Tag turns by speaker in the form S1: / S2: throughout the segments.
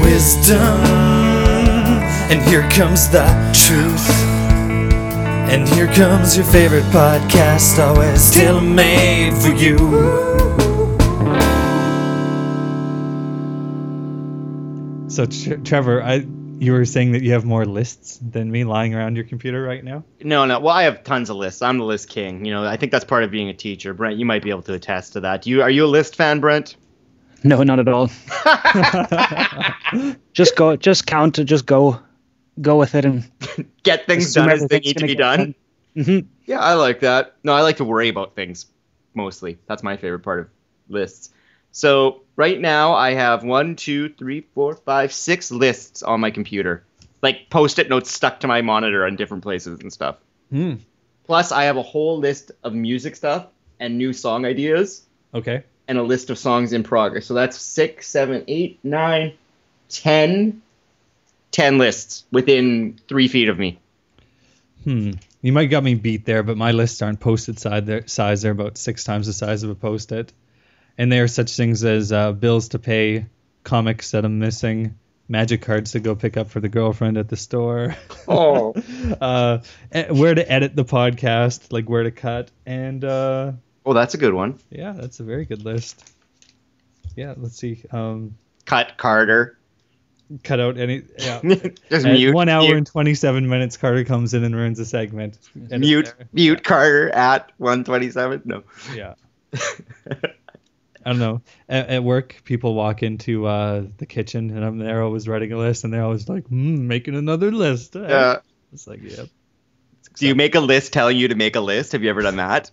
S1: wisdom. And here comes the truth. And here comes your favorite podcast, always still made for you.
S2: So, Tre- Trevor, I you were saying that you have more lists than me lying around your computer right now.
S3: No, no. Well, I have tons of lists. I'm the list king. You know, I think that's part of being a teacher. Brent, you might be able to attest to that. Do you are you a list fan, Brent?
S4: No, not at all. just go, just count, and just go, go with it, and
S3: Get things
S4: assume
S3: done as they
S4: everything's
S3: need to
S4: gonna
S3: be
S4: get
S3: done.
S4: Mhm.
S3: Yeah, I like that. No, I like to worry about things mostly. That's my favorite part of lists. So right now I have one, two, three, four, five, six lists on my computer. Like post-it notes stuck to my monitor on different places and stuff.
S2: Hmm.
S3: Plus I have a whole list of music stuff and new song ideas.
S2: Okay.
S3: and a list of songs in progress. So that's six, seven, eight, nine, ten, ten lists within three feet of me.
S2: Hmm. You might got me beat there, but my lists aren't posted side their size. They're about six times the size of a post-it, and they are such things as uh, bills to pay, comics that I'm missing, magic cards to go pick up for the girlfriend at the store.
S3: Oh,
S2: uh, e- where to edit the podcast, like where to cut, and uh,
S3: oh, that's a good one.
S2: yeah, that's a very good list. Yeah, let's see. Um,
S3: Cut Carter.
S2: cut out any. Yeah.
S3: Just
S2: At
S3: mute.
S2: one hour
S3: mute,
S2: and twenty-seven minutes, Carter comes in and ruins a segment. Edit
S3: mute,
S2: there.
S3: mute Carter at one twenty-seven. No.
S2: Yeah. Uh, I don't know. At, at work, people walk into uh, the kitchen, and I'm there always writing a list, and they're always like, mm, "Making another list." eh?"
S3: Uh,
S2: It's like, yep.
S3: do you make a list telling you to make a list? Have you ever done that?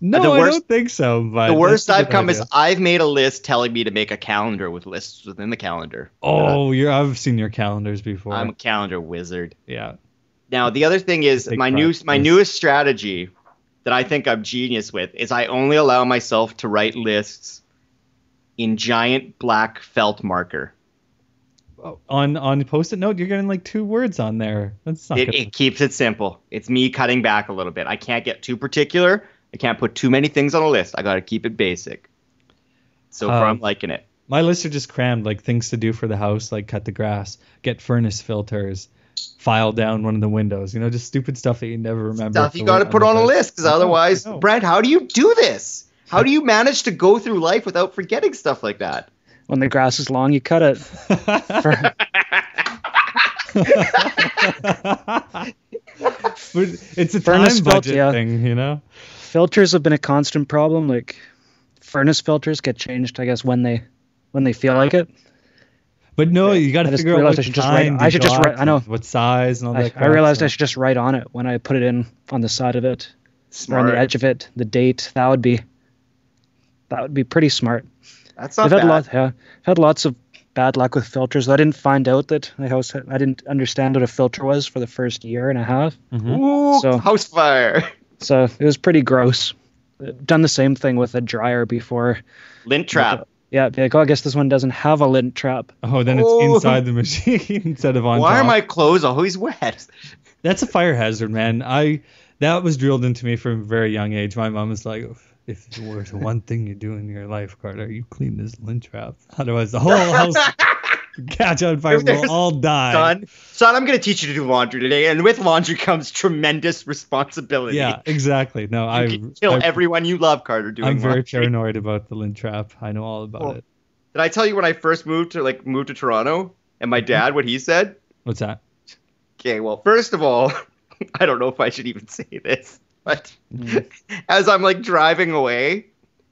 S2: No,
S3: the
S2: I
S3: worst-
S2: don't think so. But
S3: The worst
S2: that's Uh, a
S3: I've
S2: good
S3: come
S2: idea.
S3: is I've made a list telling me to make a calendar with lists within the calendar. Uh,
S2: Oh, you're. I've seen your calendars before.
S3: I'm a calendar wizard.
S2: yeah.
S3: Now the other thing is
S2: Take
S3: my
S2: part.
S3: new my
S2: Yes.
S3: newest strategy that I think I'm genius with is I only allow myself to write lists in giant black felt marker.
S2: Oh, on on post-it note, you're getting like two words on there. That's not
S3: It,
S2: good.
S3: it keeps it simple. It's me cutting back a little bit. I can't get too particular. I can't put too many things on a list. I got to keep it basic. So far,
S2: Um,
S3: I'm liking it.
S2: My lists are just crammed, like things to do for the house, like cut the grass, get furnace filters, file down one of the windows. You know, just stupid stuff that you never remember.
S3: Stuff
S2: to
S3: you got to
S2: write
S3: put
S2: the
S3: on a list because
S2: I know,
S3: otherwise,
S2: I know.
S3: Brent, how do you do this? How do you manage to go through life without forgetting stuff like that?
S4: when the grass is long, you cut it. For-
S2: But it's a time
S4: Furnace
S2: budget
S4: felt, yeah.
S2: thing, you know.
S4: filters have been a constant problem. Like furnace filters get changed, I guess, when they when they feel like it.
S2: But no, you got
S4: I
S2: to
S4: just
S2: figure out
S4: realized
S2: what
S4: I should just
S2: kind
S4: write- I
S2: you
S4: should just
S2: got,
S4: write- I know.
S2: what size
S3: Oh,
S2: and all
S4: I,
S2: that.
S4: I realized I should just write on it when I put it in on the side of it or on
S3: Smart.
S4: the edge of it. The date that would be that would be pretty smart.
S3: That's not
S4: I've
S3: bad.
S4: had lots. Yeah, I've had lots of bad luck with filters. I didn't find out that the house. Had, I didn't understand what a filter was for the first year and a half.
S2: Mm-hmm. Hmm?
S3: Ooh,
S4: So-
S3: house fire.
S4: So it was pretty gross. I've done the same thing with a dryer before.
S3: Lint trap.
S4: Yeah, be like, oh, I guess this one doesn't have a lint trap.
S2: Oh, then it's
S3: Oh.
S2: inside the machine instead of on.
S3: Why are
S2: top.
S3: my clothes always wet?
S2: That's a fire hazard, man. I that was drilled into me from a very young age. My mom was like, if it were to one thing you do in your life, Carter, you clean this lint trap. Otherwise, the whole house will catch on fire.
S3: If there's
S2: We'll all die.
S3: Son, son, I'm gonna teach you to do laundry today, and with laundry comes tremendous responsibility.
S2: Yeah, exactly. No,
S3: you
S2: I,
S3: can kill
S2: I
S3: everyone you love, Carter. Doing
S2: I'm very
S3: laundry.
S2: paranoid about the lint trap. I know all about
S3: Oh.
S2: it.
S3: Did I tell you when I first moved to like moved to Toronto and
S2: Mm-hmm.
S3: my dad what he said?
S2: What's that?
S3: Okay, well, first of all, I don't know if I should even say this, but
S2: Mm.
S3: as I'm like driving away,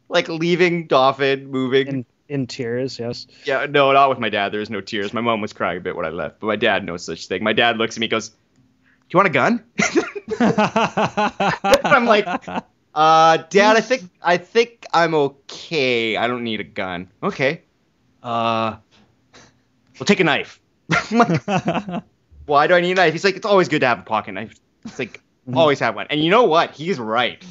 S3: like leaving Dauphin, moving
S4: In in tears, yes.
S3: Yeah, no, not with my dad. There was no tears. My mom was crying a bit when I left, but my dad no such thing. My dad looks at me, and goes, "Do you want a gun?"
S2: I'm
S3: like, Uh, Dad, I think I think I'm okay. I don't need a gun. Okay. Uh, we'll take a knife. I'm like, Why do I need a knife? He's like, it's always good to have a pocket knife. It's like always have one. And you know what? He's right.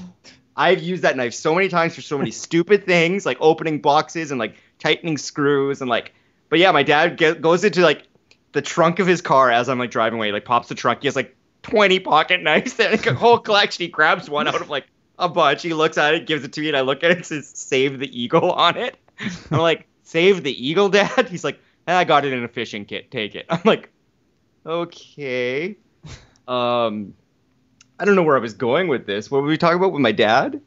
S3: I've used that knife so many times for so many stupid things, like opening boxes and like tightening screws and like. But yeah, my dad ge- goes into like the trunk of his car as I'm like driving away. Like pops the trunk. He has like 20 pocket knives there, like a whole collection. He grabs one out of like a bunch. He looks at it, gives it to me, and I look at it. It says "Save the Eagle" on it. I'm like, save the eagle, Dad? He's like, "Ah, I got it in a fishing kit. Take it. I'm like, okay. Um, I don't know where I was going with this. What were we talking about with my dad?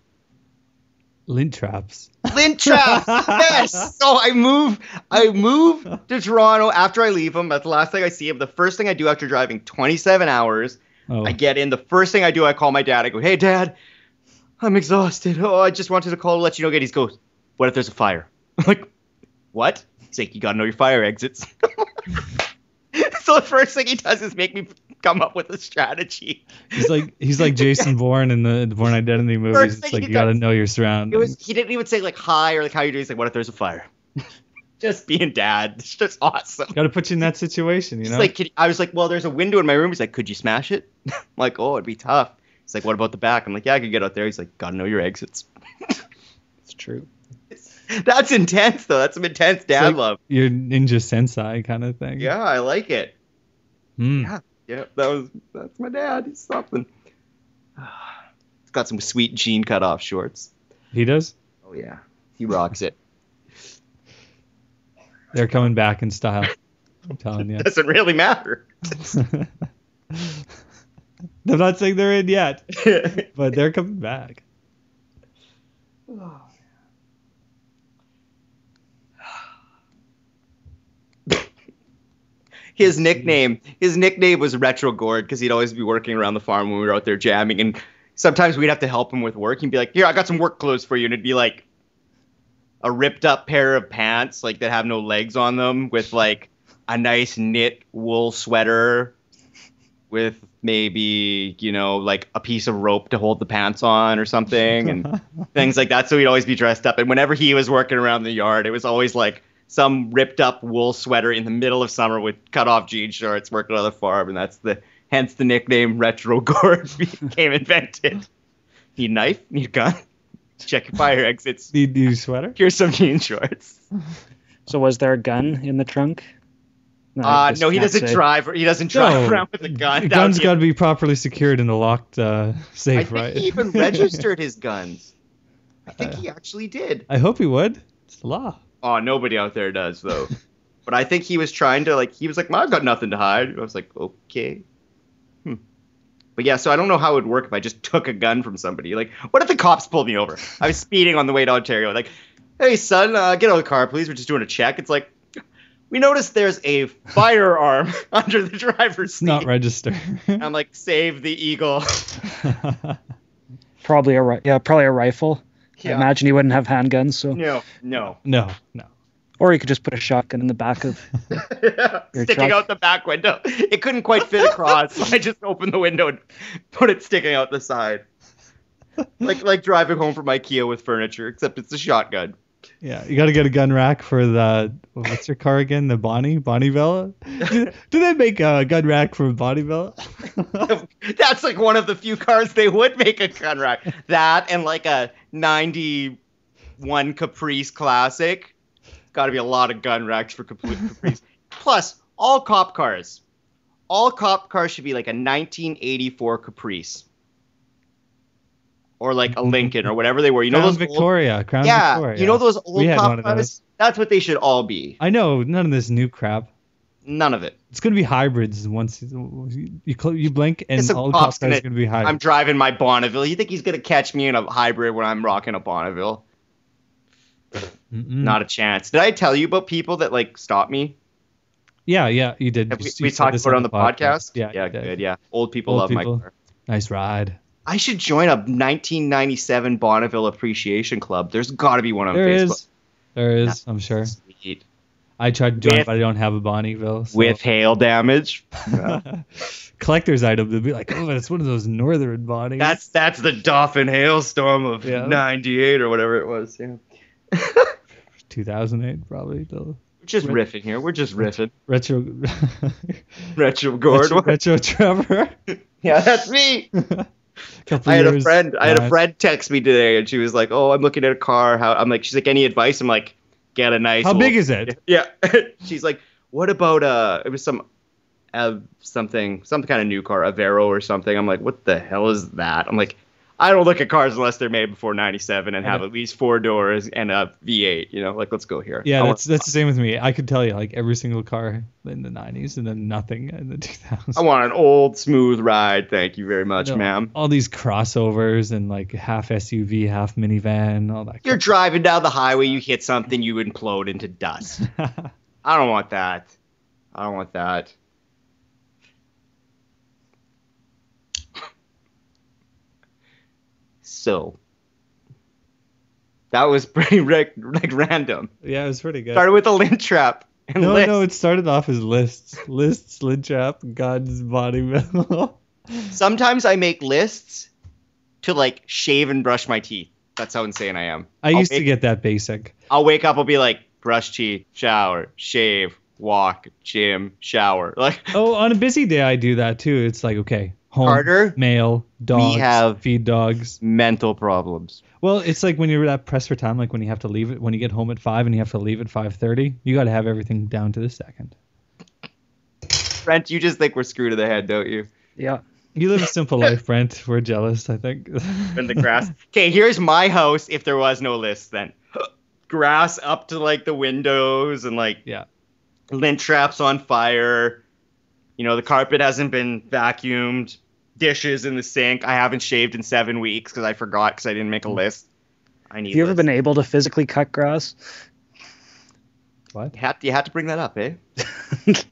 S2: Lint traps.
S3: Lint traps. yes. So I move. I move to Toronto after I leave him. That's the last thing I see him. The first thing I do after driving 27 hours
S2: Oh,
S3: I get in. The first thing I do, I call my dad. I go, "Hey, Dad, I'm exhausted. Oh, I just wanted to call to let you know." Again, he goes, "What if there's a fire?" I'm like, "What?" He's like, "You gotta know your fire exits." so the first thing he does is make me come up with a strategy.
S2: he's like he's like Jason Bourne in the Bourne Identity movies.
S3: thing
S2: It's like
S3: he
S2: you gotta
S3: does.
S2: know your
S3: It
S2: surroundings.
S3: was he didn't even say like hi or like how you doing. He's like, "What if there's a fire?" just being dad. It's just awesome.
S2: gotta put you in that situation, you
S3: He's
S2: know.
S3: like, "Can- I was like, well, there's a window in my room. He's like, could you smash it? I'm like, oh, it'd be tough. He's like, what about the back? I'm like, yeah, I could get out there. He's like, gotta know your exits.
S4: It's true.
S3: That's intense, though. That's some intense dad
S2: like-
S3: love.
S2: your ninja sensei kind of thing.
S3: Yeah, I like it.
S2: Hmm.
S3: Yeah. Yeah, that was that's my dad. He's something. He's got some sweet jean cut off shorts.
S2: He does.
S3: Oh yeah, he rocks it.
S2: They're coming back in style. I'm telling you.
S3: Doesn't really matter.
S2: I'm not saying they're in yet, but they're coming back.
S3: his nickname, his nickname was Retro Gourd because he'd always be working around the farm when we were out there jamming, and sometimes we'd have to help him with work. He'd be like, "Here, I got some work clothes for you," and it'd be like a ripped up pair of pants like that have no legs on them with like a nice knit wool sweater with maybe you know like a piece of rope to hold the pants on or something and things like that so he'd always be dressed up and whenever he was working around the yard it was always like some ripped up wool sweater in the middle of summer with cut off jean shorts working on the farm and that's the hence the nickname retro gourd became invented need a knife need a gun check your fire exits
S2: Need new sweater?
S3: Here's some jean shorts.
S4: So was there a gun in the trunk? No, I
S3: Uh,
S4: just
S3: no, he
S4: can't
S3: doesn't
S4: say.
S3: drive. He doesn't drive
S2: No.
S3: around with a gun.
S2: Your
S3: That would
S2: gun's
S3: be-
S2: got to be properly secured in a locked uh,
S3: I
S2: safe,
S3: think
S2: right? Uh,
S3: he even registered his guns. I think he actually did.
S2: I hope he would. It's the law.
S3: Oh, nobody out there does though. but I think he was trying to like. He was like, "I've got nothing to hide." I was like, "Okay." Hmm. But yeah, so I don't know how it would work if I just took a gun from somebody. Like, what if the cops pulled me over? I was speeding on the way to Ontario. Like, hey son, uh, get out of the car, please. We're just doing a check. It's like, we noticed there's a firearm under the driver's
S2: It's
S3: seat.
S2: not registered.
S3: I'm like, save the eagle.
S4: Probably a ri- yeah, probably a rifle. I
S3: Yeah.
S4: imagine he wouldn't have handguns, so
S3: No, no.
S2: no, no.
S4: or he could just put a shotgun in the back of. Your
S3: sticking
S4: truck?
S3: out the back window. It couldn't quite fit across. so I just opened the window and put it sticking out the side. Like like driving home from IKEA with furniture, except it's a shotgun.
S2: Yeah, you got to get a gun rack for the what's your car again? The Bonnie Bonneville. Do, do they make a gun rack for Bonneville?
S3: That's like one of the few cars they would make a gun rack. That and like a '91 Caprice Classic. Got to be a lot of gun racks for Capri- Caprice. Plus, all cop cars, all cop cars should be like a 1984 Caprice, or like a Lincoln or whatever they were. You know
S2: Crown
S3: those old-
S2: Victoria, Crown
S3: yeah,
S2: Victoria.
S3: you know those old
S2: We had one
S3: cop
S2: of
S3: cars.
S2: those.
S3: That's what they should all be.
S2: I know none of this new crap.
S3: None of it.
S2: It's gonna be hybrids once you you, cl- you blink and
S3: It's a
S2: all
S3: cops
S2: cop cars gonna
S3: gonna-
S2: be
S3: I'm
S2: hybrids.
S3: driving my Bonneville. You think he's gonna catch me in a hybrid when I'm rocking a Bonneville?
S2: Mm-mm.
S3: Not a chance. Did I tell you about people that like stopped me?
S2: yeah, yeah, you did.
S3: Have
S2: You
S3: we,
S2: s- you
S3: we
S2: said
S3: talked
S2: this
S3: about it on the podcast?
S2: Yeah,
S3: yeah,
S2: you did.
S3: good. Yeah, old people
S2: Old
S3: love
S2: people.
S3: my car.
S2: Nice ride.
S3: I should join a 1997 Bonneville Appreciation Club. There's got to be one on
S2: There
S3: Facebook.
S2: is, there is. I'm sure.
S3: Sweet.
S2: I tried to join,
S3: With-
S2: but I don't have a Bonneville. so-
S3: With hail damage.
S2: collector's item, they'd be like, oh, it's one of those northern Bonnies.
S3: That's that's the Dauphin hailstorm of
S2: Yeah.
S3: '98 or whatever it was. Yeah.
S2: 2008 probably the
S3: We're just
S2: Re-
S3: riffing here. We're just riffing.
S2: retro
S3: Retro Gord.
S2: retro, retro Trevor.
S3: Yeah, that's me.
S2: Couple
S3: I had a
S2: years
S3: friend. I had a
S2: back.
S3: friend text me today, and she was like, "Oh, I'm looking at a car. How?" I'm like, "She's like, any advice?" I'm like, "Get a nice."
S2: How
S3: old-
S2: big is it?
S3: Yeah. She's like, "What about uh?" It was some, uh, something, some kind of new car, Avero or something. I'm like, "What the hell is that?" I'm like, I don't look at cars unless they're made before '97 and have
S2: Yeah.
S3: at least four doors and a V8. You know, like let's go here. I
S2: Yeah,
S3: want-
S2: that's that's the same with me. I could tell you like every single car in the '90s, and then nothing in the 2000s.
S3: I want an old smooth ride. Thank you very much,
S2: No,
S3: ma'am.
S2: All these crossovers and like half SUV, half minivan, all that.
S3: You're driving down the highway, you hit something, you implode into dust.
S2: crap.
S3: I don't want that. I don't want that. So that was pretty rec- like random.
S2: yeah, it was pretty good.
S3: Started with a lint trap and
S2: no,
S3: list.
S2: no, it started off as lists, lists, lid trap, God's body metal.
S3: Sometimes I make lists to like shave and brush my teeth. That's how insane I am.
S2: I
S3: I'll
S2: used to
S3: make-
S2: get that basic.
S3: I'll wake up, I'll be like, brush teeth, shower, shave, walk, gym, shower. Like
S2: Oh, on a busy day, I do that too. It's like okay, home,
S3: Carter,
S2: mail, dogs,
S3: have-
S2: feed dogs.
S3: mental problems.
S2: Well, it's like when you're that pressed for time, like when you have to leave it when you get home at five and you have to leave at five thirty. You got to have everything down to the second.
S3: Brent, you just think we're screwed to the head, don't you?
S4: Yeah.
S2: You live a simple life, Brent. We're jealous, I think.
S3: In the grass. Okay, here's my house if there was no list then. grass up to like the windows and like
S2: Yeah.
S3: lint traps on fire. You know, the carpet hasn't been vacuumed. Dishes in the sink. I haven't shaved in seven weeks because I forgot because I didn't make a list. I need.
S4: Mm-hmm. Have you ever
S3: lists.
S4: been able to physically cut grass?
S2: what?
S3: You had, you had to bring that up, eh?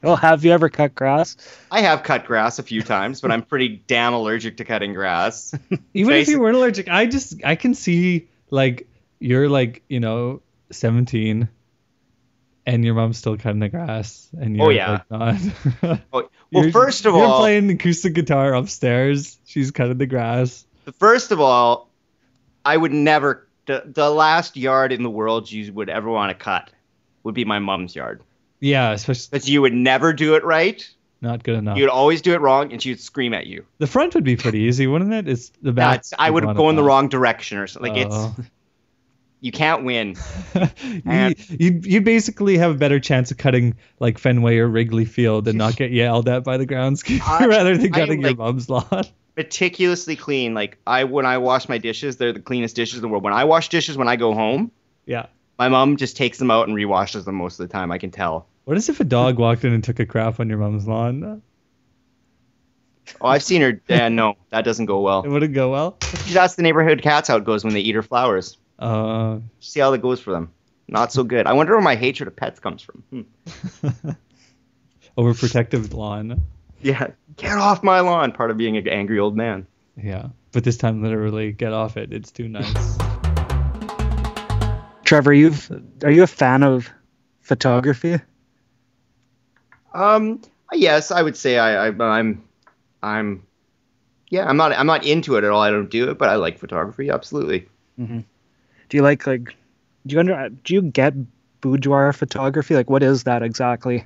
S4: well, have you ever cut grass?
S3: I have cut grass a few times, but I'm pretty damn allergic to cutting grass.
S2: Even if
S3: Basic-
S2: you weren't allergic, I just I can see like you're like you know seventeen, and your mom's still cutting the grass, and you're
S3: Oh, yeah.
S2: like, not.
S3: Oh, well,
S2: You're-
S3: first of
S2: you're
S3: all-
S2: playing acoustic guitar upstairs. She's cutting the grass.
S3: First of all, I would never. The, the last yard in the world you would ever want to cut would be my mom's yard.
S2: Yeah, especially
S3: Because you would never do it right.
S2: not good enough.
S3: You'd always do it wrong, and she would scream at you.
S2: The front would be pretty easy, wouldn't it? It's the back.
S3: That's, I would go in the wrong direction or something. Like it's you can't win.
S2: you, you'd, you'd basically have a better chance of cutting like Fenway or Wrigley Field and not get yelled at by the groundskeeper
S3: I-
S2: rather than
S3: I,
S2: cutting your
S3: like-
S2: mom's lawn.
S3: Meticulously clean. Like I when I wash my dishes, they're the cleanest dishes in the world. When I wash dishes when I go home,
S2: Yeah.
S3: my mom just takes them out and re-washes them most of the time. I can tell.
S2: What is if a dog walked in and took a crap on your mom's lawn?
S3: Oh, I've seen her. Yeah, no, that doesn't go
S2: It
S3: well.
S2: wouldn't go well.
S3: Just ask the neighborhood cats how it goes when they eat her flowers.
S2: Uh,
S3: See how that goes for them. Not so good. I wonder where my hatred of pets comes from. Hmm.
S2: overprotective lawn.
S3: Yeah, get off my lawn. Part of being an angry old man.
S2: Yeah. But this time, literally, get off it. It's too nice.
S4: Trevor, you've are you a fan of photography?
S3: Um, yes, I would say I, I I'm, I'm, yeah, I'm not, I'm not into it at all. I don't do it, but I like photography. Absolutely.
S4: Do you like like do you under do you get boudoir photography? Like what is that exactly?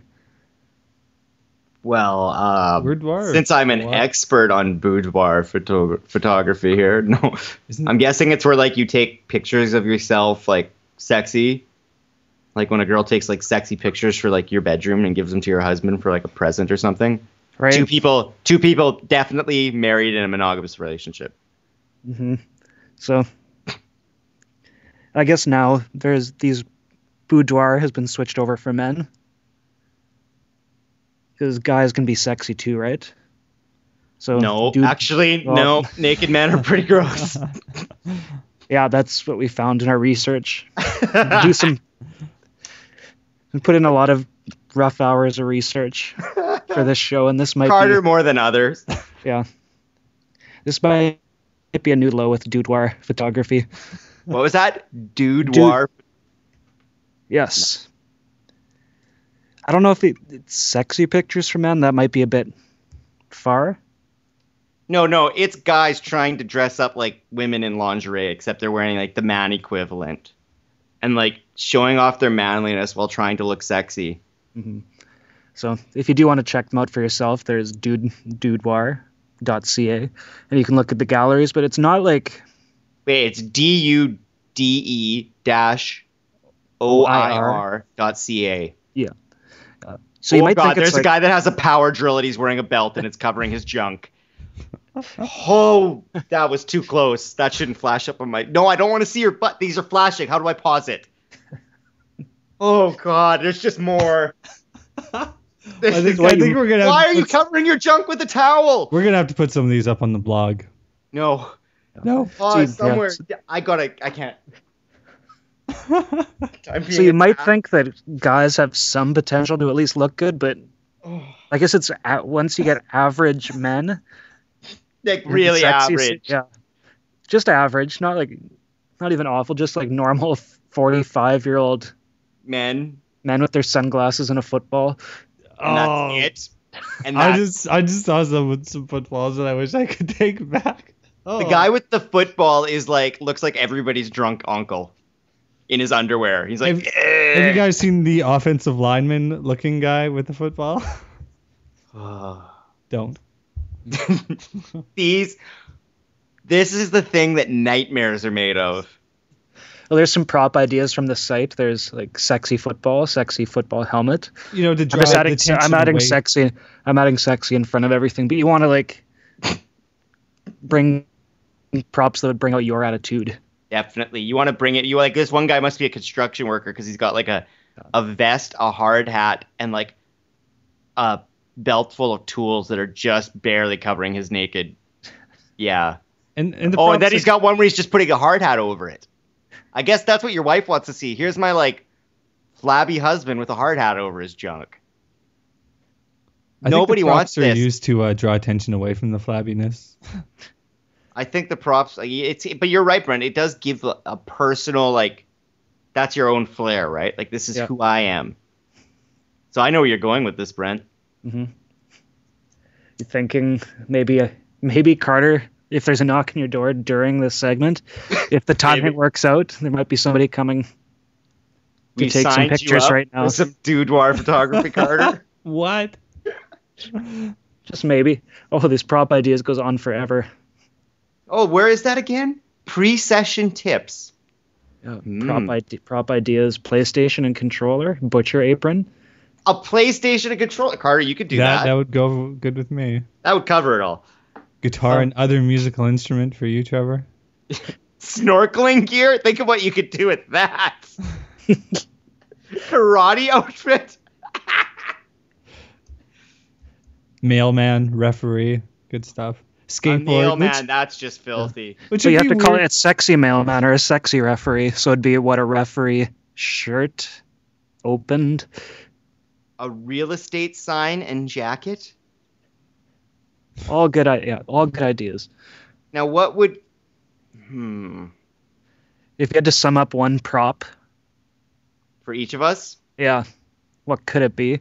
S3: Well, um,
S2: Boudoir.
S3: since I'm an
S2: What?
S3: expert on boudoir photo- photography here, no,
S2: Isn't-
S3: I'm guessing it's where like you take pictures of yourself like sexy. Like when a girl takes like sexy pictures for like your bedroom and gives them to your husband for like a present or something.
S4: Right?
S3: Two people two people definitely married in a monogamous relationship.
S4: hmm So I guess now there's these boudoir has been switched over for men. Because guys can be sexy too, right? So
S3: No,
S4: dude-
S3: actually
S4: well-
S3: no. Naked men are pretty gross.
S4: yeah, that's what we found in our research. Do some we put in a lot of rough hours of research for this show, and this might
S3: Carter
S4: be
S3: more than others.
S4: yeah, this might be a new low with boudoir photography.
S3: What was that? Dude war.
S4: Yes. I don't know if it, it's sexy pictures for men. That might be a bit far.
S3: No, no, it's guys trying to dress up like women in lingerie, except they're wearing like the man equivalent. And like showing off their manliness while trying to look sexy.
S4: So if you do want to check them out for yourself, there's dude dudedoir.ca, and you can look at the galleries. But it's not like
S3: Wait, it's D U D E dash O I R dot C A.
S4: so you
S3: oh
S4: might
S3: God,
S4: think
S3: there's
S4: it's like,
S3: a guy that has a power drill and he's wearing a belt and it's covering his junk. Oh, that was too close. That shouldn't flash up on my. No, I don't want to see your butt. These are flashing. How do I pause it? Oh God, there's just more. This
S2: I
S3: is
S2: think, I think we're gonna.
S3: Why
S2: have
S3: are
S2: to
S3: you
S2: put,
S3: covering your junk with a towel?
S2: We're gonna have to put some of these up on the blog.
S3: No.
S2: No.
S3: Oh,
S4: Dude,
S3: somewhere.
S4: that's-
S3: Yeah, I gotta. I can't. I'm
S4: So
S3: being
S4: you might
S3: attacked.
S4: think that guys have some potential to at least look good, but
S3: Oh,
S4: I guess it's at, once you get average men,
S3: like
S4: you're
S3: really
S4: sexy,
S3: average.
S4: yeah, just average, not like, not even awful, just like normal forty-five-year-old
S3: men.
S4: men with their sunglasses and a football.
S3: And
S2: Oh.
S3: that's it. And
S2: I
S3: that's
S2: just I just saw some with some footballs that I wish I could take back. Oh.
S3: the guy with the football is like looks like everybody's drunk uncle in his underwear. He's like,
S2: Have- Have you guys seen the offensive lineman looking guy with the football? Don't.
S3: these. This is the thing that nightmares are made of.
S4: Well, there's some prop ideas from the site. There's like sexy football, sexy football helmet.
S2: You know, to
S4: I'm
S2: drive
S4: just
S2: the
S4: adding.
S2: tension
S4: I'm adding
S2: away.
S4: sexy. I'm adding sexy in front of everything. But you want to like bring props that would bring out your attitude.
S3: Definitely, you want to bring it. You like this one guy must be a construction worker because he's got like a a vest, a hard hat, and like a belt full of tools that are just barely covering his naked. Yeah.
S2: And, and the
S3: Oh, and
S2: props
S3: then
S2: are-
S3: he's got one where he's just putting a hard hat over it. I guess that's what your wife wants to see. Here's my like flabby husband with a hard hat over his junk.
S2: I think the
S3: Nobody
S2: props
S3: wants
S2: are
S3: this.
S2: used to uh, draw attention away from the flabbiness.
S3: I think the props. like, It's but you're right, Brent. It does give a, a personal like. That's your own flair, right? Like this is
S4: Yeah.
S3: who I am. So I know where you're going with this, Brent.
S4: You're thinking maybe a maybe Carter. If there's a knock on your door during this segment, if the timing
S3: Maybe.
S4: works out, there might be somebody coming.
S3: We
S4: take some
S3: signed you
S4: pictures
S3: up
S4: right now.
S3: With some doudoir photography, Carter.
S2: What?
S4: Just maybe. Oh, this prop ideas goes on forever.
S3: Oh, where is that again? Pre-session tips.
S4: Yeah,
S3: Mm.
S4: Prop, ide- prop ideas, PlayStation and controller, butcher apron.
S3: A PlayStation and controller, Carter. You could do
S2: that,
S3: that.
S2: that would go good with me.
S3: that would cover it all.
S2: Guitar
S3: Oh.
S2: and other musical instrument for you, Trevor.
S3: snorkeling gear. Think of what you could do with that. Karate outfit.
S2: Mailman, referee, good stuff.
S3: A
S2: Skateboard,
S3: nail
S2: which-
S3: man. That's just filthy.
S2: which
S4: So
S2: would
S4: you have
S2: be
S4: to call
S2: weird-
S4: it a sexy mailman or a sexy referee. So it'd be what a referee shirt opened.
S3: A real estate sign and jacket.
S4: All good, i- yeah, all good ideas.
S3: Now, what would? Hmm.
S4: If you had to sum up one prop,
S3: For each of us,
S4: yeah, what could it be?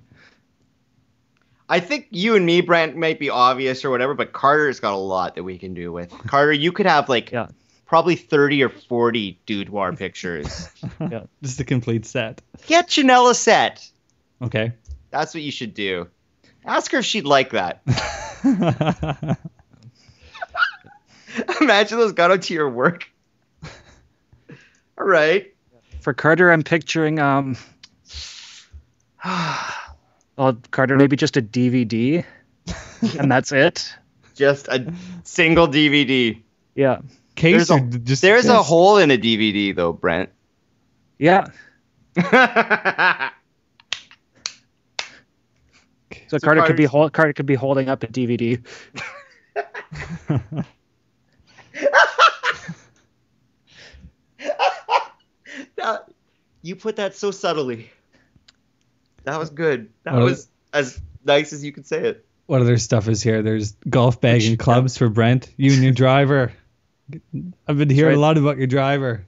S3: I think you and me, Brent, might be obvious or whatever, but Carter's got a lot that we can do with. Carter, you could have like
S4: Yeah.
S3: probably thirty or forty boudoir pictures.
S4: Yeah.
S2: Just a complete set.
S3: Get Janelle a set.
S2: Okay.
S3: That's what you should do. Ask her if she'd like that. Imagine those got up to your work. All right.
S4: For Carter, I'm picturing um, well, Carter maybe just a DVD, and that's it.
S3: Just a single DVD.
S4: Yeah,
S2: Case
S3: There's a-
S2: or d- just
S3: There's a
S2: this?
S3: hole in a DVD, though, Brent.
S4: yeah. So,
S3: So
S4: Carter could be
S3: Carter's-
S4: hol- Carter could be holding up a DVD.
S3: That- you put that so subtly. That was good. That
S2: Well-
S3: was as nice as you could say it.
S2: what other stuff is here? There's golf bag and clubs for Brent. You and your driver. I've been hearing a
S4: right.
S2: lot about your driver.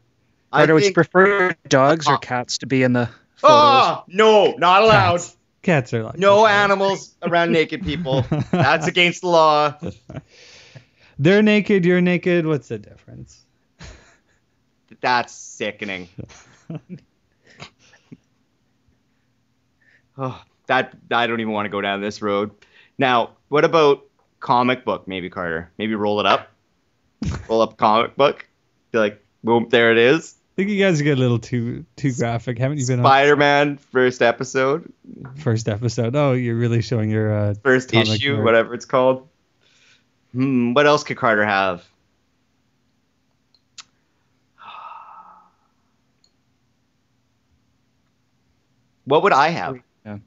S4: Carter,
S3: I
S4: would you
S3: think-
S4: prefer dogs or cats to be in the photos?
S3: Oh, no, not allowed.
S2: Cats. Cats are like
S3: No animals around naked people. That's against the law.
S2: They're naked. You're naked. What's the difference?
S3: That's sickening. oh, that I don't even want to go down this road. Now, what about comic book? Maybe Carter. Maybe roll it up. Roll up comic book. Be like, boom, there it is.
S2: I think you guys get a little too too graphic. Haven't you been
S3: Spider-Man first episode,
S2: on first episode? Oh, you're really showing your uh,
S3: first
S2: Comic
S3: issue,
S2: book.
S3: whatever it's called. Hmm, what else could Carter have? What would I have?
S4: Oh, Yeah.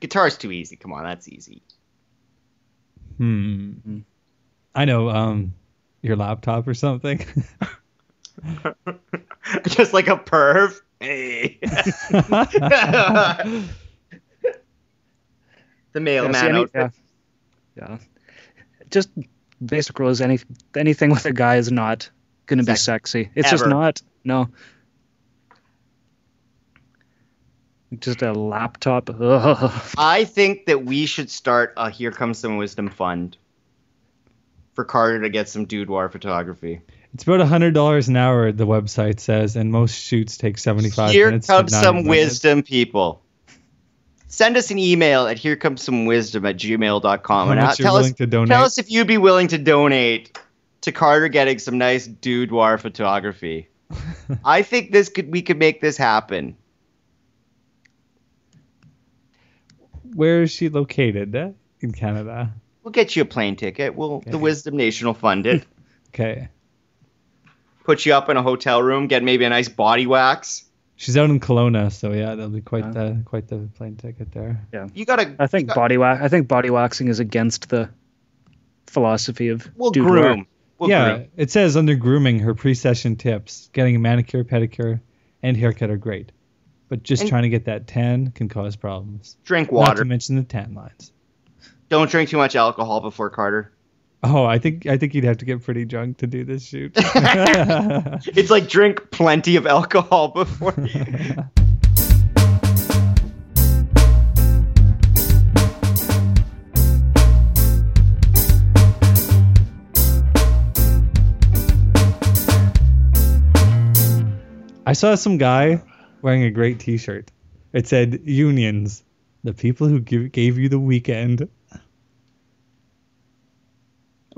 S3: Guitar's too easy. Come on, that's easy.
S2: Hmm.
S3: Mm-hmm.
S2: I know. Um, your laptop or something.
S3: Just like a perv. Hey. the
S4: Yeah, see,
S3: mailman
S4: any-
S3: outfit.
S4: yeah. Yeah. Just basic rule is any anything with a guy is not going to be
S3: Sex-
S4: sexy. It's just
S3: ever.
S4: not. No. Just a laptop. Ugh.
S3: I think that we should start a Here Comes Some Wisdom fund for Carter to get some boudoir photography.
S2: it's about hundred dollars an hour. The website says, and most shoots take seventy-five
S3: Here
S2: minutes. to
S3: comes
S2: 90
S3: some
S2: minutes.
S3: wisdom, people. Send us an email at here comes some wisdom at gmail.com
S2: How
S3: and
S2: much
S3: out-
S2: you're
S3: tell us
S2: willing to donate?
S3: tell us if you'd be willing to donate to Carter getting some nice boudoir photography. I think this could we could make this happen.
S2: Where is she located? Eh? In Canada.
S3: We'll get you a plane ticket. We'll
S2: Okay.
S3: the Wisdom Nation will fund it.
S2: Okay.
S3: Put you up in a hotel room, get maybe a nice body wax.
S2: She's out in Kelowna, so yeah, that'll be quite
S4: Yeah.
S2: the quite the plane ticket there.
S3: You gotta
S4: I think
S3: you gotta-
S4: body wax. I think body waxing is against the philosophy of
S3: we'll
S4: dude
S3: groom.
S4: work.
S3: We'll
S2: yeah,
S3: groom.
S2: it says under grooming, her pre-session tips, getting a manicure, pedicure, and haircut are great, but just
S3: And-
S2: trying to get that tan can cause problems.
S3: Drink
S2: Not
S3: water.
S2: to mention the tan lines.
S3: Don't drink too much alcohol before Carter.
S2: Oh, I think I think you'd have to get pretty drunk to do this shoot.
S3: It's like drink plenty of alcohol before you.
S2: I saw some guy wearing a great T-shirt. It said "Unions, the people who give, gave you the weekend."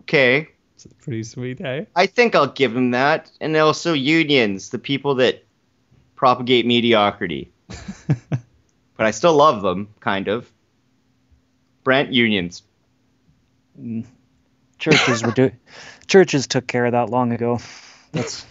S3: Okay.
S2: It's pretty sweet, hey?
S3: I think I'll give him that. And also unions, the people that propagate mediocrity. But I still love them, kind of. Brent unions.
S4: Churches were do. Churches took care of that long ago. That's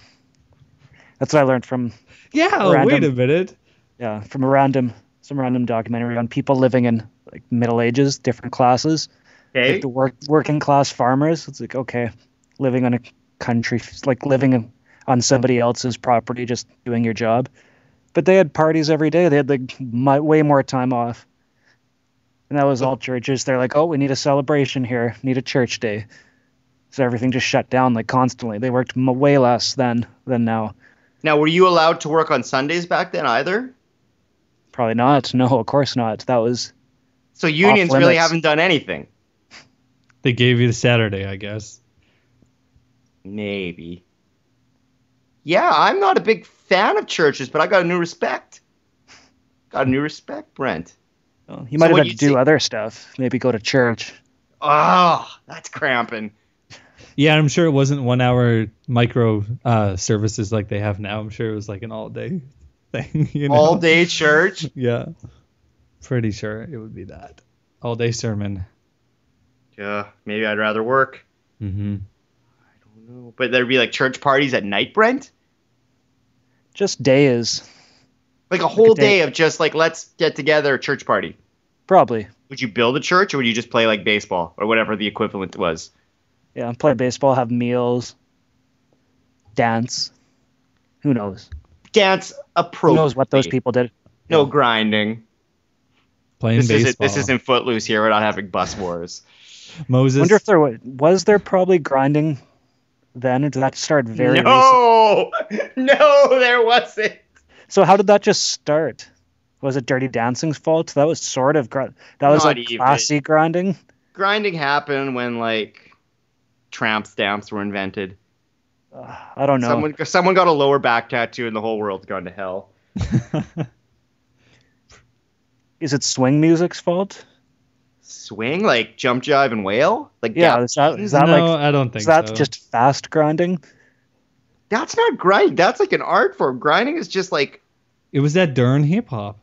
S4: that's what I learned from
S2: yeah. oh, wait a
S4: Random.
S2: minute.
S4: yeah, from a random some random documentary on people living in like middle ages, different classes,
S3: Okay.
S4: like the work working class farmers. It's like okay, living on a country, it's like living on somebody else's property, just doing your job. But they had parties every day. They had like my, way more time off, and that was all churches. They're like, oh, we need a celebration here, need a church day. So everything just shut down like constantly. They worked m- way less then than now.
S3: Now, were you allowed to work on Sundays back then either?
S4: Probably not. No, of course not. That was
S3: So unions really
S4: limits.
S3: haven't done anything.
S2: They gave you the Saturday, I guess.
S3: Maybe. Yeah, I'm not a big fan of churches, but I got a new respect. Got a new respect, Brent.
S4: Well, he
S3: So
S4: might have
S3: what
S4: had
S3: do
S4: to
S3: you
S4: do
S3: see-
S4: other stuff. Maybe go to church.
S3: Oh, that's cramping.
S2: Yeah, I'm sure it wasn't one hour micro uh, services like they have now. I'm sure it was like an all day thing. You know?
S3: All day church.
S2: Yeah. Pretty sure it would be that. All day sermon.
S3: Yeah, maybe I'd rather work.
S2: Mm-hmm.
S3: I don't know. But there'd be like church parties at night, Brent?
S4: Just days,
S3: Like a whole
S4: day.
S3: day of just like, let's get together, church party.
S4: probably.
S3: Would you build a church or would you just play like baseball or whatever the equivalent was?
S4: Yeah, play baseball, have meals, dance. Who knows?
S3: Dance
S4: Who
S3: appropriately.
S4: knows what those people did?
S3: No grinding.
S2: Playing
S3: This isn't,
S2: baseball.
S3: this isn't Footloose here. We're not having bus wars.
S2: Moses.
S4: Wonder if there was, was there probably grinding then, or did that start very recent?
S3: no! No, there wasn't.
S4: So how did that just start? Was it Dirty Dancing's fault? That was sort of gr- that was
S3: Not
S4: like
S3: even.
S4: classy grinding.
S3: Grinding happened when like tramp stamps were invented.
S4: Ugh, I don't know.
S3: Someone, someone got a lower back tattoo and the whole world's gone to hell.
S4: Is it swing music's fault?
S3: swing, like jump jive and wail? Like
S4: Yeah,
S3: gap
S4: is that,
S3: jeans?
S4: is that
S2: no,
S4: like
S2: I don't think
S4: is that
S2: so.
S4: just fast grinding?
S3: that's not grinding. That's like an art form. Grinding is just like
S2: It was that darn hip hop.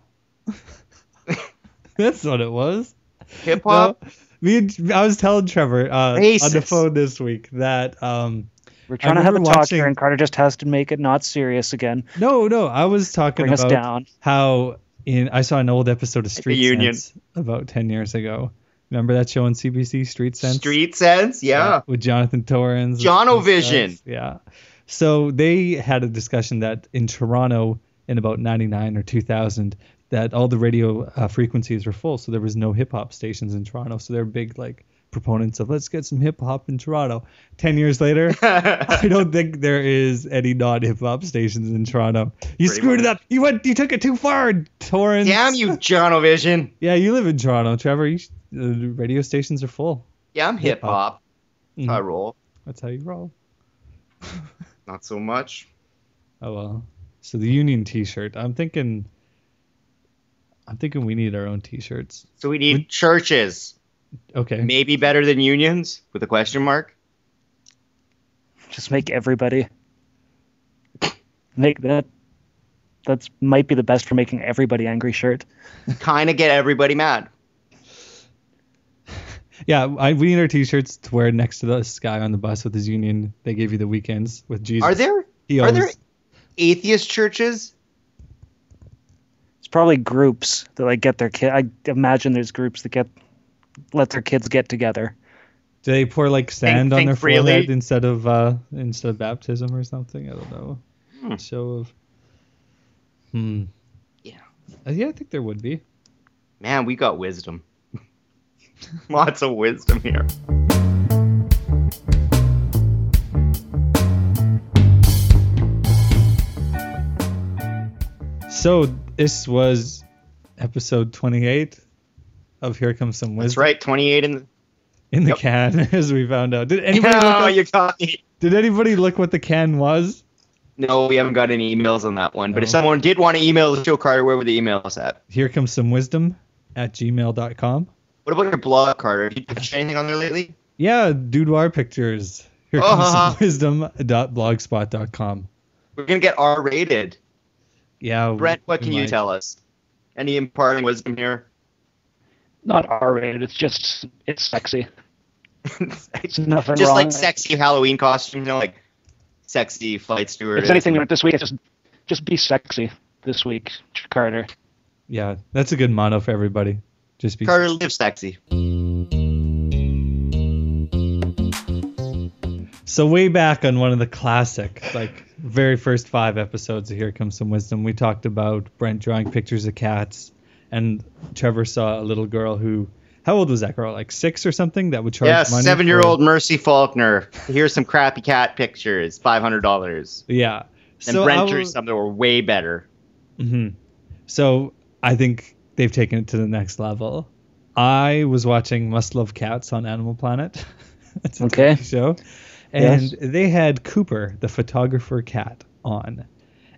S2: That's what it was.
S3: hip hop.
S2: No, me and, I was telling Trevor uh, on the
S3: Racist.
S2: phone this week that um,
S4: We're
S2: I
S4: trying to have a
S2: remember
S4: talk
S2: watching-
S4: here, and Carter just has to make it not serious again.
S2: no, no, I was talking
S4: Bring us
S2: about
S4: down.
S2: how in I saw an old episode of Street
S3: Union.
S2: Sense about ten years ago. Remember that show on CBC, Street Sense?
S3: Street sense, yeah.
S2: with Jonathan Torrens.
S3: Jonovision.
S2: Yeah. So they had a discussion that in Toronto in about 99 or 2000 that all the radio uh, frequencies were full, so there was no hip hop stations in Toronto. So they're big like proponents of let's get some hip hop in Toronto. 10 years later, I don't think there is any non hip hop stations in Toronto. You
S3: Pretty
S2: screwed it
S3: much.
S2: up. You went you took it too far, Torrens.
S3: Damn you, Jonovision.
S2: Yeah, you live in Toronto, Trevor. You sh- the radio stations are full.
S3: Yeah, I'm hip hop.
S4: Mm-hmm.
S2: Mhm.
S3: I roll.
S2: That's how you roll.
S3: Not so much.
S2: Oh well. So the union T-shirt. I'm thinking. I'm thinking we need our own T-shirts.
S3: So we need churches.
S2: Okay.
S3: Maybe better than unions with a question mark.
S4: Just make everybody make that. That's might be the best for making everybody angry shirt.
S3: Kind of get everybody mad.
S2: Yeah, I, we need our T-shirts to wear next to this guy on the bus with his union. They gave you the weekends with Jesus.
S3: Are there
S2: He
S3: are there
S2: always-
S3: atheist churches?
S4: It's probably groups that like get their kid. I imagine there's groups that get let their kids get together.
S2: Do they pour like sand on
S3: think
S2: their
S3: freely.
S2: forehead instead of uh, instead of baptism or something? I don't know. Show of. Hmm.
S3: Yeah.
S2: Uh, yeah, I think there would be.
S3: Man, we got wisdom. Lots of wisdom here.
S2: So this was episode 28 of Here Comes Some Wisdom.
S3: That's right, 28 in the.
S2: in the
S3: Yep.
S2: can, as we found out. Did anybody look
S3: No,
S2: up-
S3: you got me.
S2: did anybody look what the can was?
S3: No, we haven't got any emails on that one. But if
S2: No.
S3: someone did want to email the show, Carter, where were the emails at?
S2: Here comes some wisdom at gmail.com.
S3: What about your blog, Carter? Have you touched anything on there lately?
S2: Yeah, boudoir pictures. Here
S3: Oh,
S2: comes
S3: ha,
S2: some
S3: ha.
S2: wisdom dot blogspot.com.
S3: We're gonna get R rated.
S2: Yeah.
S3: Brent, what
S2: Mm, we
S3: can you
S2: might.
S3: tell us? Any imparting wisdom here?
S4: Not R-rated. It's just it's sexy. It's nothing
S3: Just
S4: wrong.
S3: like sexy Halloween costumes, you know, like sexy flight steward.
S4: It's anything like this week. It's just just be sexy this week, Carter.
S2: Yeah, that's a good motto for everybody. Just be
S3: Carter live sexy.
S2: So way back on one of the classic, like very first five episodes of Here Comes Some Wisdom, we talked about Brent drawing pictures of cats, and Trevor saw a little girl who, how old was that girl? Like six or something that would charge
S3: Yes,
S2: money.
S3: seven year
S2: for-
S3: old Mercy Faulkner. Here's some crappy cat pictures, five hundred dollars.
S2: Yeah.
S3: And Brent
S2: I
S3: drew
S2: will-
S3: some that were way better.
S2: Mhm. So I think they've taken it to the next level. I was watching Must Love Cats on Animal Planet. That's a
S4: Okay.
S2: TV show. And
S4: Yes.
S2: they had Cooper, the photographer cat, on.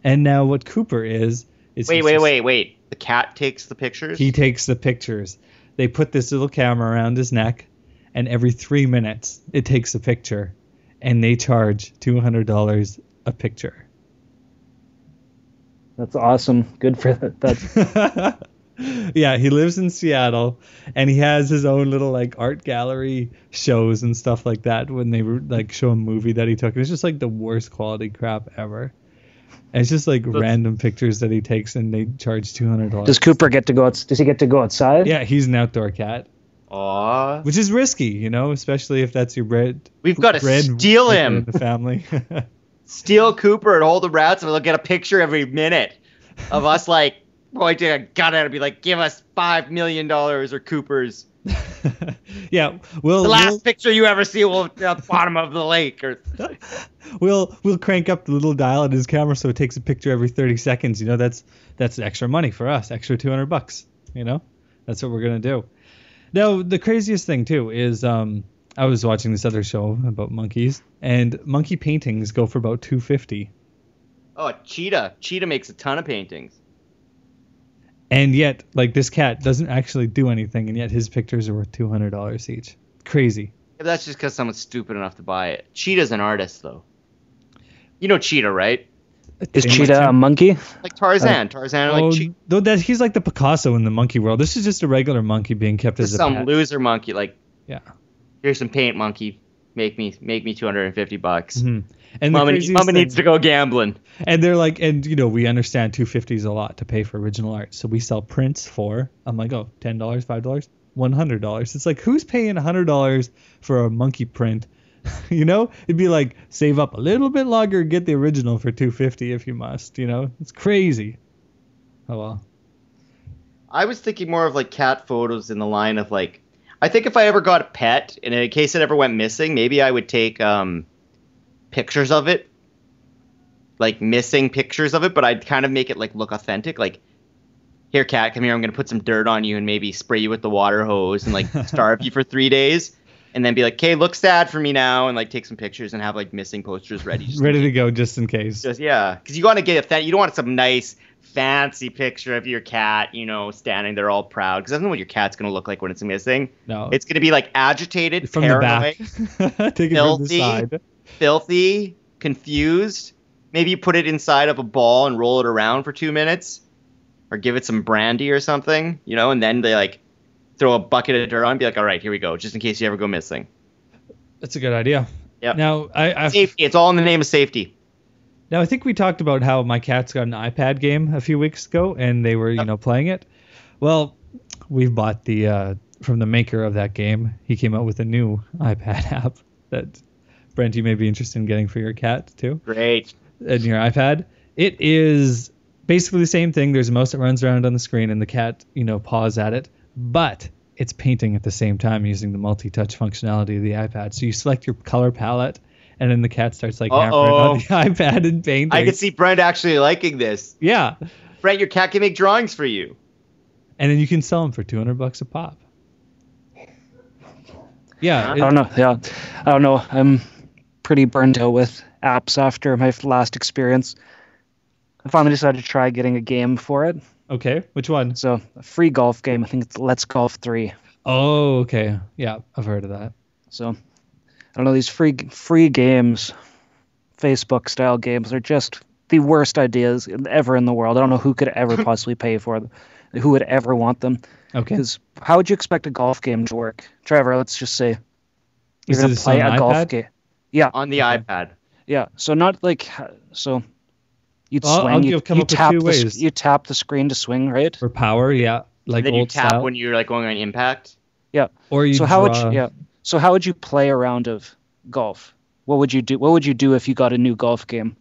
S2: And now what Cooper is is
S3: Wait,
S2: he's
S3: wait,
S2: just-
S3: wait, wait. The cat takes the pictures?
S2: He takes the pictures. They put this little camera around his neck, and every three minutes it takes a picture, and they charge two hundred dollars a picture.
S4: That's awesome. Good for that. That's
S2: yeah, he lives in Seattle, and he has his own little like art gallery shows and stuff like that. When they were like show a movie that he took, and it's just like the worst quality crap ever. And it's just like random pictures that he takes, and they charge two hundred dollars.
S4: does Cooper get to go? Out, does he get to go outside?
S2: Yeah, he's an outdoor cat.
S3: Aw.
S2: which is risky, you know, especially if that's your bread.
S3: We've got to
S2: bread
S3: steal
S2: in
S3: him.
S2: The family.
S3: Steal Cooper and all the rats, and they'll get a picture every minute of us like pointing a gun at it and be like, give us five million dollars or Cooper's
S2: yeah, we'll,
S3: the
S2: we'll
S3: last picture you ever see will be at the bottom of the lake or
S2: we'll we'll crank up the little dial on his camera so it takes a picture every 30 seconds. You know, that's that's extra money for us, extra 200 bucks. You know, that's what we're gonna do. Now, the craziest thing too is um, I was watching this other show about monkeys, and monkey paintings go for about 250.
S3: Oh, Cheetah. Cheetah makes a ton of paintings.
S2: And yet, like this cat doesn't actually do anything, and yet his pictures are worth two hundred dollars each. Crazy.
S3: But that's just because someone's stupid enough to buy it. Cheetah's an artist, though. You know Cheetah, right?
S4: Is
S2: They must
S4: Cheetah a
S2: have-
S4: monkey?
S3: Like Tarzan. Tarzan,
S2: Oh,
S3: like Cheetah.
S2: though that he's like the Picasso in the monkey world. This is just a regular monkey being kept as a
S3: Some
S2: pet.
S3: loser monkey. Like
S2: Yeah.
S3: Here's some paint, monkey. Make me make me 250 bucks.
S2: Mhm. And the
S3: Mama,
S2: craziest
S3: Mama
S2: thing-
S3: needs to go gambling.
S2: and they're like, and you know, we understand 250 is a lot to pay for original art, so we sell prints for. I'm like, oh, ten dollars, five dollars, one hundred dollars. It's like, who's paying hundred dollars for a monkey print? you know, it'd be like, save up a little bit longer, and get the original for 250 if you must. You know, it's crazy. Oh well.
S3: I was thinking more of like cat photos in the line of like I think if I ever got a pet and in case it ever went missing, maybe I would take um pictures of it. Like missing pictures of it, but I'd kind of make it like look authentic. Like, here, cat, come here. I'm gonna put some dirt on you and maybe spray you with the water hose and like starve you for three days, and then be like, "Okay, look sad for me now," and like take some pictures and have like missing posters ready. Just
S2: Ready to go just in case.
S3: just yeah, because you want to get a fa- you don't want some nice fancy picture of your cat, you know, standing there all proud. Because I don't know what your cat's gonna look like when it's missing.
S2: No.
S3: It's gonna be like agitated,
S2: from the
S3: paranoid,
S2: back. Take it from the
S3: filthy.
S2: side.
S3: filthy, confused. Maybe you put it inside of a ball and roll it around for two minutes, or give it some brandy or something, you know, and then they like throw a bucket of dirt on, and be like, all right, here we go, just in case you ever go missing.
S2: That's a good idea.
S3: Yep.
S2: Now I, I
S3: Safety. It's all in the name of safety.
S2: Now I think we talked about how my cats got an iPad game a few weeks ago, and they were you
S3: Yep.
S2: know playing it. Well, we've bought the uh, from the maker of that game. He came out with a new iPad app that Brent, you may be interested in getting for your cat too,
S3: Great.
S2: and your iPad. It is basically the same thing. There's a mouse that runs around on the screen, and the cat you know paws at it, but it's painting at the same time using the multi-touch functionality of the iPad. So you select your color palette. And then the cat starts like hammering on the iPad and painting.
S3: I could see Brent actually liking this.
S2: Yeah,
S3: Brent, your cat can make drawings for you.
S2: and then you can sell them for 200 bucks a pop. Yeah,
S4: I
S2: it-
S4: don't know. Yeah, I don't know. I'm pretty burnt out with apps after my last experience. I finally decided to try getting a game for it.
S2: okay. Which one?
S4: So a free golf game. I think it's Let's Golf Three.
S2: Oh, okay. Yeah, I've heard of that.
S4: So I don't know. These free free games, Facebook style games, are just the worst ideas ever in the world. I don't know who could ever possibly pay for them. Who would ever want them?
S2: Okay.
S4: Because how would you expect a golf game to work, Trevor? Let's just say you're
S2: Is
S4: gonna
S2: this
S4: play
S2: on
S4: a golf
S2: iPad?
S4: game.
S3: on the iPad.
S4: Yeah. So not like h- so. You'd
S2: Well, I'll
S4: swing. you,
S2: give- come
S4: you
S2: up with
S4: tap
S2: two
S4: the, s-
S2: ways.
S4: You tap the screen to swing, right?
S2: For power, yeah, like
S3: And then you
S2: old
S3: tap
S2: style.
S3: when you're like going on impact.
S2: or you
S4: so how would
S2: draw-
S4: you, yeah? So how would you play a round of golf? What would you do? What would you do if you got a new golf game?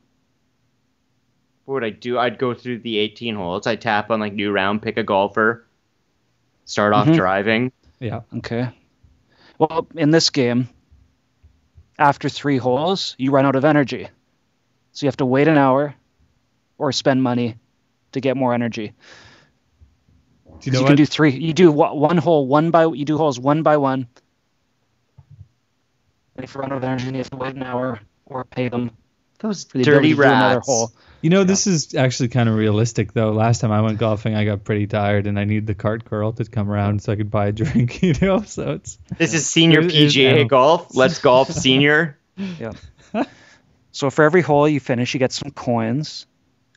S3: What would I do? I'd go through the 18 holes. I tap on like new round, pick a golfer, start off
S2: Mm-hmm.
S4: Mhm.
S3: driving.
S2: yeah.
S4: Okay. Well, in this game, after three holes, you run out of energy, so you have to wait an hour, or spend money, to get more energy.
S2: Do you
S4: You,
S2: know
S4: can
S2: what?
S4: do three. You do wa- one hole one by. You do holes one by one. And If you run out of energy, you have to wait an hour or pay them
S3: Those
S4: for the
S3: dirty
S4: ability to do another
S3: rats.
S4: hole.
S2: you know, this is actually kind of realistic though. Last time I went golfing, I got pretty tired, and I needed the cart girl to come around so I could buy a drink. You know, so it's
S3: This is senior
S2: It is
S3: PGA
S2: animal.
S3: golf. Let's golf senior.
S4: So for every hole you finish, you get some coins.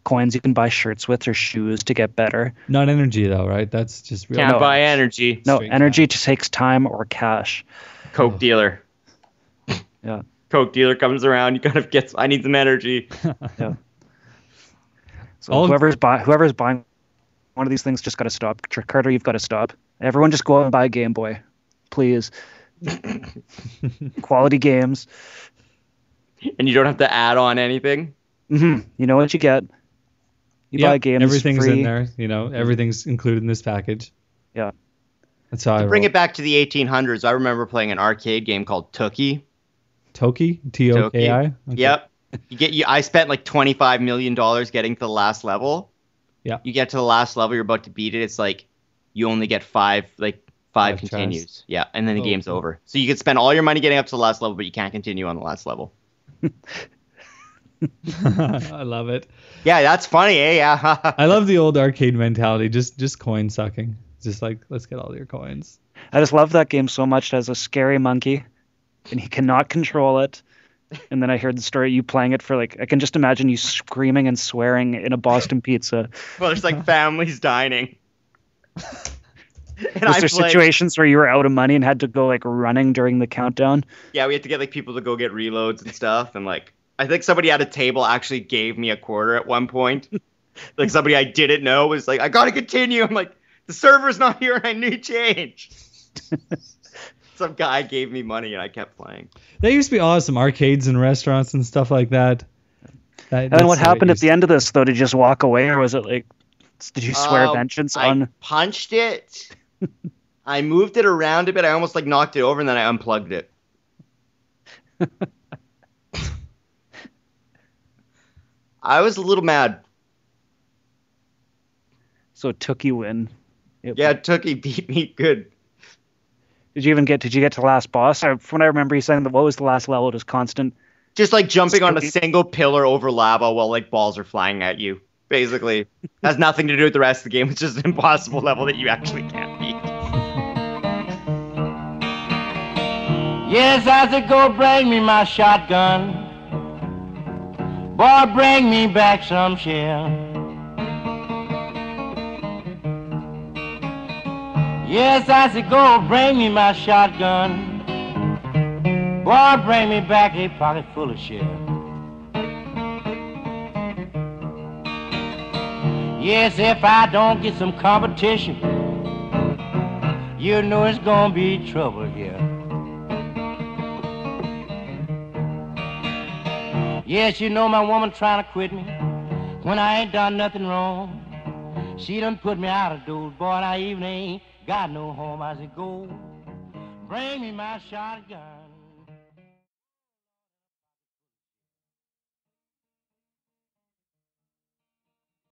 S4: Coins you can buy shirts with or shoes to get better.
S2: not energy though, right? That's just real.
S3: Can't
S4: No.
S3: buy energy.
S4: No,
S2: Straight
S4: energy just takes time or cash.
S3: Coke dealer.
S4: Yeah.
S3: Coke dealer comes around. You gotta get. I need some energy.
S4: So
S2: All-
S4: whoever's buy, whoever's buying one of these things just got to stop. Tr- Carter, you've got to stop. Everyone, just go out and buy a Game Boy, please. Quality games.
S3: And you don't have to add on anything.
S4: hmm You know what you get. You
S2: Yeah,
S4: buy a game. that's
S2: Everything's
S4: free.
S2: in there. You know, everything's included in this package.
S4: Yeah.
S2: That's how I
S3: To bring
S2: roll.
S3: it back to the 1800s, I remember playing an arcade game called Tookie.
S2: Toki? T O K I? Okay.
S3: Yep. You get you I spent like twenty five million dollars getting to the last level.
S2: Yeah.
S3: You get to the last level, you're about to beat it, it's like you only get five like
S2: Five
S3: five,
S2: tries.
S3: continues. Yeah, and then the
S2: Oh,
S3: game's
S2: cool.
S3: over. So you could spend all your money getting up to the last level, but you can't continue on the last level.
S2: I love it.
S3: Yeah, that's funny, eh? Yeah.
S2: I love the old arcade mentality, just just coin sucking. Just like let's get all your coins.
S4: I just love that game so much. It has a scary monkey, and he cannot control it. And then I heard the story of you playing it for like I can just imagine you screaming and swearing in a Boston pizza.
S3: well, there's like families dining. And
S4: Was
S3: I
S4: there
S3: played-
S4: situations where you were out of money and had to go like running during the countdown?
S3: Yeah, we had to get like people to go get reloads and stuff, and like I think somebody at a table actually gave me a quarter at one point. like somebody I didn't know was like, "I gotta continue." I'm like, "The server's not here, and I need change." Some guy gave me money, and I kept playing.
S2: They used to be awesome arcades and restaurants and stuff like that. That-
S4: And
S2: that's
S4: then what
S2: how it
S4: happened at
S2: used-
S4: the end of this though? Did you just walk away, or was it like, did you swear
S3: Um,
S4: vengeance
S3: I
S4: on?
S3: punched it. I moved it around a bit. I almost like knocked it over, and then I unplugged it. I was a little mad.
S4: So it took you in. It-
S3: Yeah, Tookie beat me good.
S4: Did you even get? Did you get to the last boss? I, from what I remember, you saying that what was the last level? Just constant.
S3: Just like jumping on a
S4: Tookie.
S3: single pillar over lava while like balls are flying at you. Basically, has nothing to do with the rest of the game. It's just an impossible level that you actually can't beat.
S5: Yes, Isaac, go bring me my shotgun. Boy, bring me back some shell. Yes, Isaac, go bring me my shotgun. Boy, bring me back a pocket full of shell. Yes, if I don't get some competition, you know it's gonna be trouble here. Yes, you know my woman trying to quit me when I ain't done nothing wrong. She done put me out of doors, boy, and I even ain't got no home. I said, go, bring me my shotgun.